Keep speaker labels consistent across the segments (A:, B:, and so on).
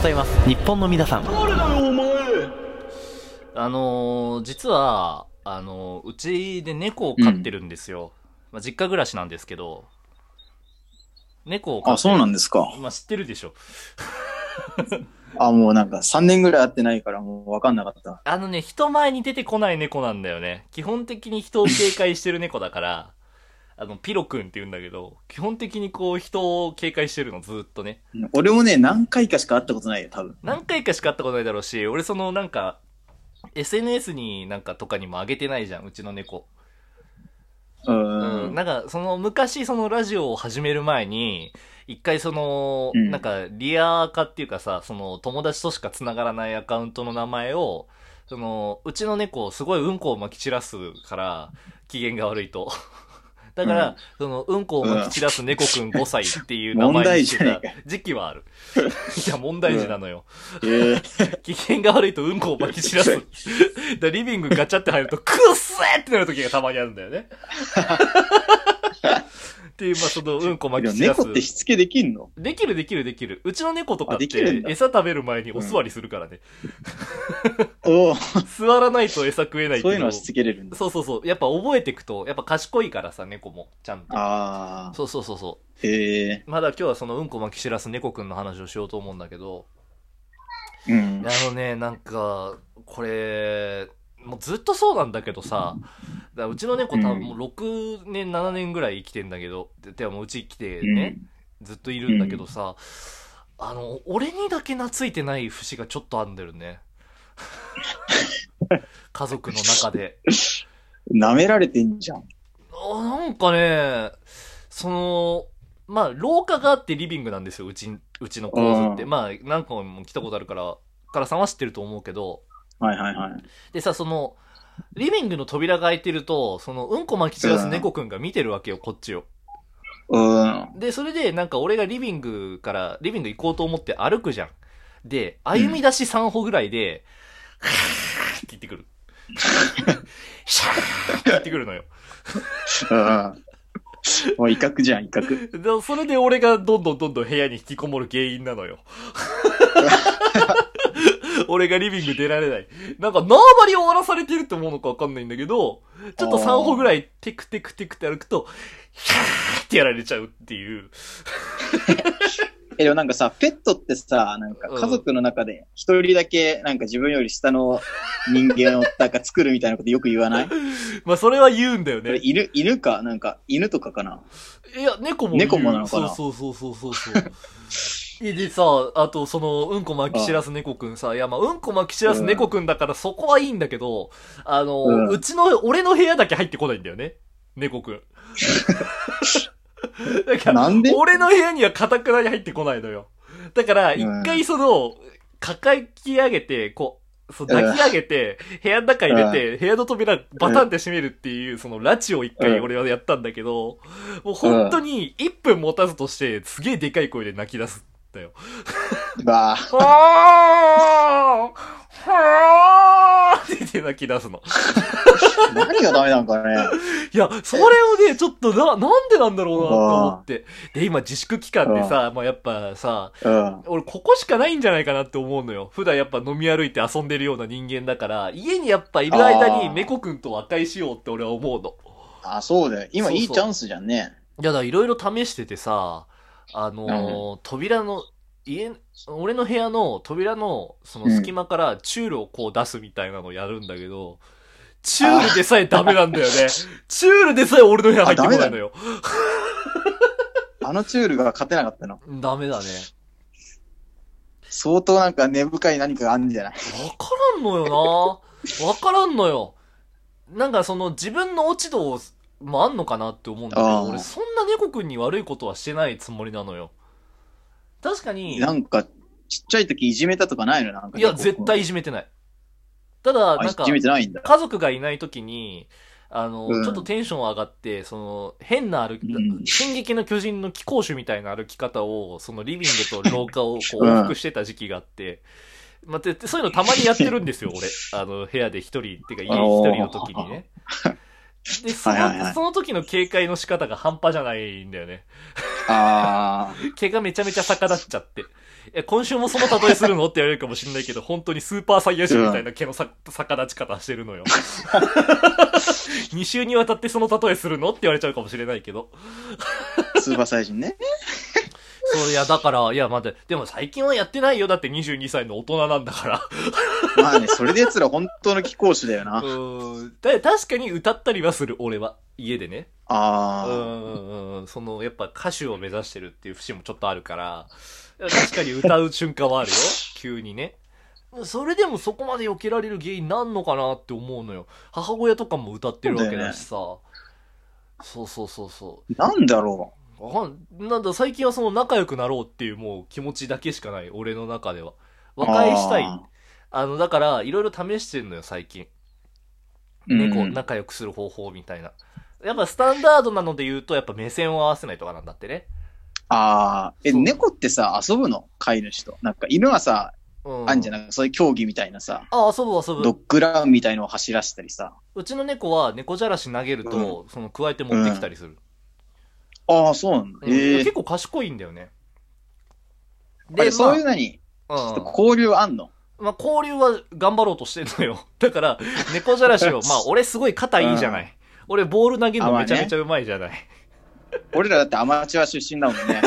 A: ざいます。日本の皆さん。
B: あのー実は、あのーうちで猫を飼ってるんですよ。まあ、実家暮らしなんですけど、猫を飼
C: あ、
B: って
C: そう
B: る。
C: なんですか。
B: まあ、知ってるでしょ。
C: あ、もうなんか3年ぐらい会ってないからもうわかんなかった。
B: あのね、人前に出てこない猫なんだよね。基本的に人を警戒してる猫 だから、あの、ピロくんって言うんだけど、基本的にこう人を警戒してるの、ずーっとね。
C: 俺もね、何回かしか会ったことないよ、多分。
B: 何回かしか会ったことないだろうし、俺そのなんか、SNS になんかとかにもあげてないじゃん、うちの猫。
C: う。
B: うんん、なんか、その、昔、その、ラジオを始める前に、一回、その、
C: うん
B: なんか、リア化っていうかさ、その、友達としか繋がらないアカウントの名前を、その、うちの猫、すごいうんこをまき散らすから、機嫌が悪いと。 だから、
C: うん
B: その、うんこをまき散らす猫くん5歳っていう名
C: 問
B: 前に
C: 題
B: し
C: じ
B: て
C: ゃね
B: た時期はある。 いや、問題児なのよ。
C: えか。 えー
B: 機嫌が悪いとうんこをまき散 らす。だからリビングガチャって入ると、くっせーってなる時がたまにあるんだ よね。っていう、まあ、そのうんこま
C: で
B: き
C: も
B: 散らす
C: 猫。ってしつけできんの
B: できるできるできる。うちの猫とかっ
C: あでき
B: て
C: るんだ
B: 餌食べる前にお座りするからね。
C: おお、
B: 座らないと餌食えないって
C: そういうの
B: のを
C: はしつけれるんだ。
B: そうそうそう。やっぱ覚えてくと、やっぱ賢いからさ、猫も。ちゃんと。
C: ああ、
B: そうそうそうそ
C: へえ
B: う。まだ今日はそのうんこまき散らす猫くんの話をしようと思うんだけど。
C: ー。うん。
B: あのね、なんか、これ、もうずっとそうなんだけどさ、だからうちの猫多分もう6年、7年ぐらい生きてんだけど、ででもうち来てね、ずっといるんだけどさ、あの、俺にだけ懐いてない節がちょっとあんだよ ね。家族の中で。
C: うん。舐められてんじゃん。
B: あなんかね、その、まあ、廊下があってリビングなんですよ、うちん、うちの構図って。
C: う
B: まあ、何個も来たことあるから、からさんは知ってると思うけど、
C: はいはいはい。
B: でさ、その、リビングの扉が開いてると、その、うんこまき散らす猫くんが見てるわけよ、こっちを。
C: うん。
B: で、それで、なんか俺がリビングから、リビング行こうと思って歩くじゃん。で、歩み出し3歩ぐらいで、 カーって言ってくる。 シャーって言ってくるのよ。
C: うん。もう威嚇じゃん、威嚇。
B: でそれで俺がどんどんどんどん部屋に引きこもる原因な のよ。俺がリビング出られない。なんか縄張りを終わらされてるって思うのかわかんないんだけど、ちょっと3歩ぐらいテクテクテクって歩くと、ヒャーってやられちゃうっていう。
C: え、でもなんかさ、ペットってさ、なんか家族の中で一人だけなんか自分より下の人間をなんか作るみたいなことよく言わ ない
B: まあそれは言うんだよ
C: これ
B: ね。
C: 犬、犬か、なんか犬とかかな。
B: いや、猫も言う
C: 猫もなのかな
B: そうそうそうそうそうそう。 えでさ、あとその、うんこまき散らす猫くんさ、いやまあ、うんこまき散らす猫くんだからそこはいいんだけど、あの、
C: うん
B: うちの、俺の部屋だけ入ってこないんだよね。猫くん。だから、
C: なんで
B: 俺の部屋にはかたくなに入ってこないのよ。だから、一回その、抱き上げて、こう、そう抱き上げて、部屋の中に入れて、部屋の扉バタンって閉めるっていう、その拉致を一回
C: うん
B: 俺はやったんだけど、もう本当に1分持たずとして、すげえでかい声で泣き出す。
C: ばあ。
B: はーはーって言って泣き出すの。
C: 何がダメなんか ね。
B: いや、それをね、ちょっとな、なんでなんだろうなと思って。で、今自粛期間でさ、まあやっぱさ、
C: うん。
B: 俺ここしかないんじゃないかなって思うのよ。普段やっぱ飲み歩いて遊んでるような人間だから、家にやっぱいる間
C: あ
B: に
C: ー
B: 猫くんと和解しようって俺は思うの。
C: あ、そうだよ。今
B: そうそう
C: いいチャンスじゃんね。
B: いやだ、いろいろ試しててさ、あのー扉の、家、俺の部屋の扉のその隙間からチュールをこう出すみたいなのをやるんだけど、チュールでさえダメなんだよ ね。チュールでさえ俺の部屋入ってこないのよ。
C: あのチュールが勝てなかったの。
B: ダメだね。
C: 相当なんか根深い何かがあるんじゃない
B: わからんのよな。わからんのよ。なんかその自分の落ち度もあんのかなって思うんだけ
C: あ
B: ど、
C: ー
B: 俺そんな猫くんに悪いことはしてないつもりなのよ。確かに、
C: なんか、ちっちゃい時いじめたとかないのなんか。
B: いや、絶対いじめてない。ただ、
C: あ。
B: なんか
C: い、じめてないんだ。
B: 家族がいない時に、あの、
C: うん
B: ちょっとテンション上がって、その、変な歩き、
C: うん
B: 進撃の巨人の貴公種みたいな歩き方を、そのリビングと廊下をこ う往復してた時期があって、まあ、てそういうのたまにやってるんです よ、俺。あの、部屋で一人、ってか家一人の時にね。で、そ
C: はいはいは
B: の、
C: い
B: その時の警戒の仕方が半端じゃないんだよね。
C: あ
B: 毛がめちゃめちゃ逆立っちゃって。え、今週もその例えするのって言われるかもしれないけど、本当にスーパーサイヤ人みたいな毛のさ逆立ち方してるのよ。2週にわたってその例えするのって言われちゃうかもしれないけど。
C: スーパーサイジンね。
B: そう、いや、だから、いや、待って、でも最近はやってないよ。だって22歳の大人なんだから。
C: まあね、それで奴ら本当の貴公子だよ
B: う
C: な。
B: ー ん。だ確かに歌ったりはする、俺は。家でね。うんう
C: あ
B: んうんうん。その、やっぱ歌手を目指してるっていう節もちょっとあるから、確かに歌う瞬間はあるよ。急にね。それでもそこまで避けられる原因なんのかなって思うのよ。母親とかも歌ってるわけだしさ。そうそうそうそう。
C: あ、なんだろ
B: わかんなんだ、最近はその仲良くなろうっていうもう気持ちだけしかない、俺の中では。
C: う。
B: 和解したい。あ
C: あ
B: の、だから、いろいろ試してんのよ、最近。
C: ー
B: ね、こ
C: う
B: うん仲良くする方法みたいな。やっぱスタンダードなので言うと、やっぱ目線を合わせないとかなんだってね。
C: ああ、え、
B: そう
C: 猫ってさ、遊ぶの飼い主と。なんか犬はさ、
B: うん。
C: あんじゃ
B: ない
C: なんかそういう競技みたいなさ、
B: あ、遊ぶ遊
C: ドッ
B: ぶ。
C: グランみたいのを走らせたりさ。
B: うちの猫は猫じゃらし投げると、その、加えて持ってきたりする。
C: ああ、そうなんだ。
B: うん
C: ええ
B: 結構賢いんだよね。
C: あれそういう
B: ま
C: のに、
B: あ
C: ちょっ
B: うん
C: と交流あんの
B: まあ、交流は頑張ろうとしてんのよ。 だから、猫じゃ らしを、まあ、俺すごい肩いいじゃない。俺ボール投げるのめちゃめちゃうまいじゃない。
C: 俺らだってアマチュア出身だもんね。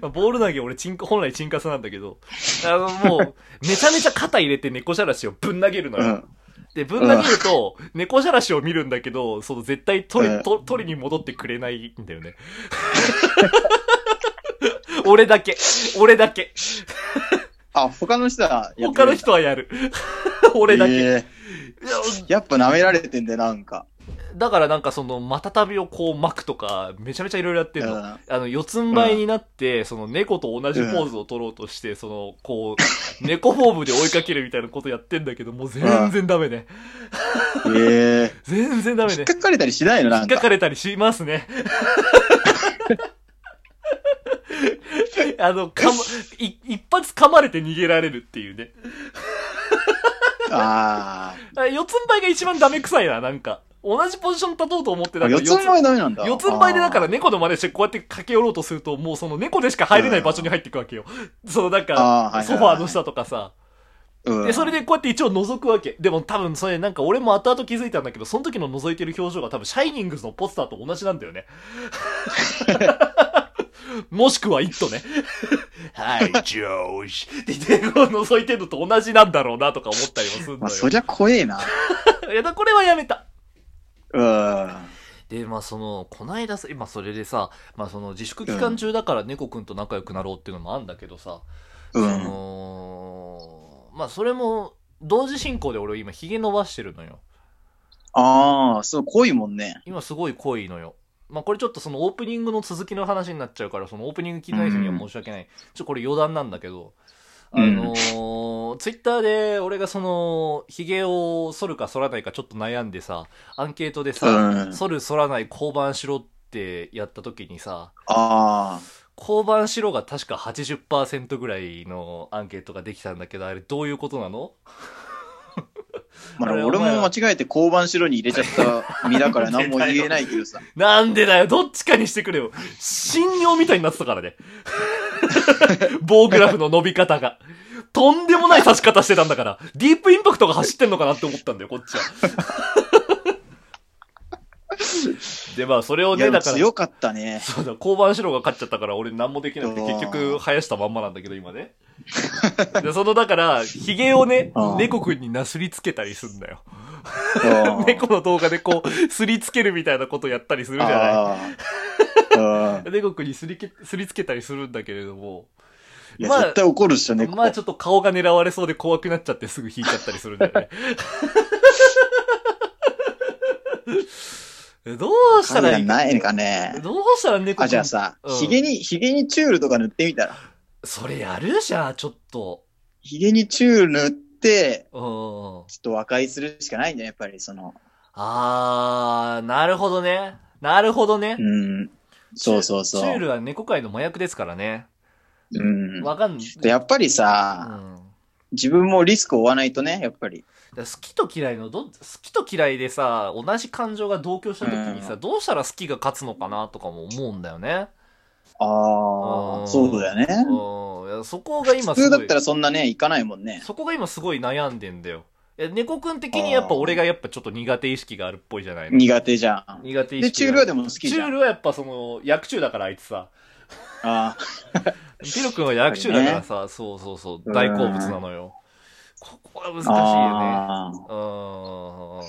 B: まあボール投げ俺チンコ、本来チンカスなんだけど、あの、もう、めちゃめちゃ肩入れて猫じゃらしをぶん投げるの
C: う
B: よ。
C: ん。
B: で、ぶん投げると、猫じゃらしを見るんだけど、その絶対取
C: う
B: り、
C: ん
B: と取りに戻ってくれないんだよね。 俺だけ。俺だけ。
C: あ、他の人はやって
B: 他
C: くれる
B: の
C: んだ、
B: 人はやる。 俺だけ。いや
C: ええやっぱ舐められてんだよ、なんか。
B: だからなんかその、またたびをこう巻くとか、めちゃめちゃいろいろやってんの。
C: うん
B: あの、四つん這いになって、その猫と同じポーズを取ろうとして、その、こ う、猫フォームで追いかけるみたいなことやってんだけど、もう全然ダメね。
C: ええ
B: 全然ダメ
C: 引
B: ね
C: っ。かかれたりしないの
B: 引
C: な
B: っ
C: ん
B: か
C: か。
B: かれたりしますね。あの、かま、い一発噛まれて逃げられるっていうね。
C: あ
B: あ四つん這いが一番ダメ臭いな、なんか。同じポジション立とうと思ってた
C: あ。
B: けど
C: 四つん這いダメなんだ。。
B: 四つん這いでだからら猫の真似してこうやって駆け寄ろうとすると、もうその猫でしか入れない場所に入っていくわけよ。そのなん
C: あーはいはいは
B: か、
C: い
B: ソファーの下とかさ。
C: うん
B: で、それでこうやって一応覗くわけ。でも多分それなんか俺も後々気づいたんだけど、その時の覗いてる表情が多分シャイニングズのポスターと同じなんだ よね。もしくはイット ね。はい、ジョージ。って言ってこう覗いてるのと同じなんだろうなとか思ったりもするん
C: まあ、
B: だ
C: そ
B: よ。
C: りゃ怖えな。
B: いや、だこれはやめた。
C: うん。
B: で、まあその、こないださ、今それでさ、まあその自粛期間中だから猫くんと仲良くなろうっていうのもあるんだけどさ、
C: う
B: そ
C: ん。
B: の、まあそれも、同時進行で俺今ヒゲ伸ばしてるのよ。
C: ああ、そう、濃いもんね。
B: 今すごい濃いのよ。まあこれちょっとそのオープニングの続きの話になっちゃうから、そのオープニング聞いてない人には申し訳ない。ちょっとこれ余談なんだけど、あのー、ツイッターで俺がその、ヒゲを剃るか剃らないかちょっと悩んでさ、アンケートで
C: う
B: さ、
C: ん。
B: 剃る剃らない交番しろってやった時にさ、
C: あ
B: 交番しろが確か80%ぐらいのアンケートができたんだけど、あれどういうことなの
C: あ。ま
B: あれ
C: あ、俺も間違えて交番白に入れちゃった身だから何も言えないけどさ。
B: なんでだよどっちかにしてくれよ信用みたいになってたからね。 棒グラフの伸び方が。とんでもない刺し方してたんだから、ディープインパクトが走ってんのかなって思ったんだよ、こっちは。 で、まあ、 それを
C: いや、
B: ね、
C: でも
B: だから、
C: 強かった ね。
B: そうだ、交番白が勝っちゃったから俺何もできなくて
C: うわ
B: 結
C: ー
B: 局生やしたまんまなんだけど今ね。で、そのだから、髭をね
C: あ、ー
B: 猫くんになすりつけたりすんだよ。
C: うん
B: 猫の動画でこう、すりつけるみたいなことやったりするじ
C: あ
B: ゃ
C: あ。うん
B: ない猫くんにすりけ、すりつけたりするんだけれども、
C: いや、
B: まあ
C: 絶対怒るっしょ、猫。
B: まあちょっと顔が狙われそうで怖くなっちゃってすぐ引いちゃったりするんだよね。 えどうしたらいい
C: ないかね。
B: どうしたら猫く
C: あ、
B: ん
C: じゃあさ
B: うん、
C: ヒゲに、ヒゲにチュールとか塗ってみたら。
B: それやるじゃん、ちょっと。
C: ヒゲにチュール塗って、
B: うん。
C: ちょっと和解するしかないんじゃん、やっぱり、その、
B: あー、なるほどね。なるほどね
C: う。ん。そうそう
B: チュ
C: そ
B: ー
C: う。
B: ルは猫界の麻薬ですからね。
C: うん。
B: わかん
C: でやっぱり
B: う
C: さ、
B: ん。
C: 自分もリスクを負わないとね、やっぱり。
B: だから好きと嫌いのど、好きと嫌いでさ、同じ感情が同居した時にさ、
C: う
B: どうしたら好きが勝つのかなとかも思うんだよね。
C: あ
B: うん
C: あ、そうだよね。
B: うんいやそこが今
C: 普
B: す
C: 通
B: ご
C: だ
B: い
C: ったらそんなね、行かないもんね。
B: そこが今すごい悩んでんだよいや猫くん的にやっぱ俺がやっぱちょっと苦手意識があるっぽいじゃないの
C: 苦手じゃん。
B: 苦手意
C: で、
B: 識
C: チュールはでも好き
B: チ
C: じ
B: ュ
C: ゃ
B: ー
C: ん。
B: ルはやっぱその薬中だからあいつさ
C: あ
B: ピロ君は薬中だからさ、そうそうそう大好物なのよここは難
C: ー
B: しいよね
C: あー。
B: う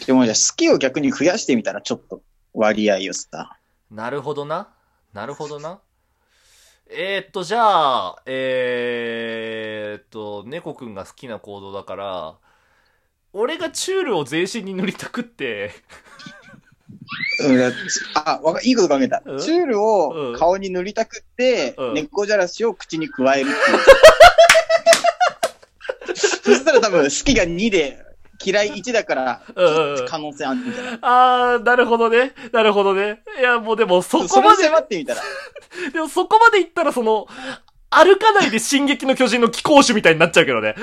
B: ーん
C: でもじゃあ好きを逆に増やしてみたらちょっと割合をさ。
B: なるほどな。なるほどな。えー、っと、じゃあ、えー、っと、猫くんが好きな行動だから、俺がチュールを全身に塗りたくって、
C: うんだあ、わか、いいこと考えた
B: うん。
C: チュールを顔に塗りたくって
B: うん、
C: 猫じゃらしを口に加えるっていう。 そしたら多分、好きが2で、嫌い1だから、
B: うんうんうん
C: 可能性あるんじゃない
B: あー、なるほどね。なるほどね。いや、もうでもそこ
C: それ
B: ま
C: を
B: で、
C: 迫ってみたら。
B: でもそこまで行ったらその、歩かないで進撃の巨人の貴公子みたいになっちゃうけどね。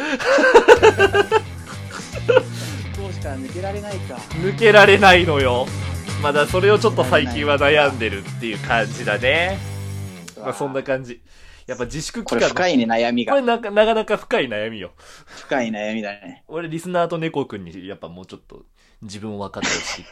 C: どうしから抜けられないか。
B: 抜けられないのよ。まだそれをちょっと最近は悩んでるっていう感じだね。まあそんな感じ。やっぱ自粛
C: こ
B: 期
C: れ
B: 間
C: 深いね、悩み
B: こ
C: が
B: れ。なかなかなか深い悩みよ。
C: 深い悩みだね。
B: 俺、リスナーと猫くんに、やっぱもうちょっと、自分を分かってほしい。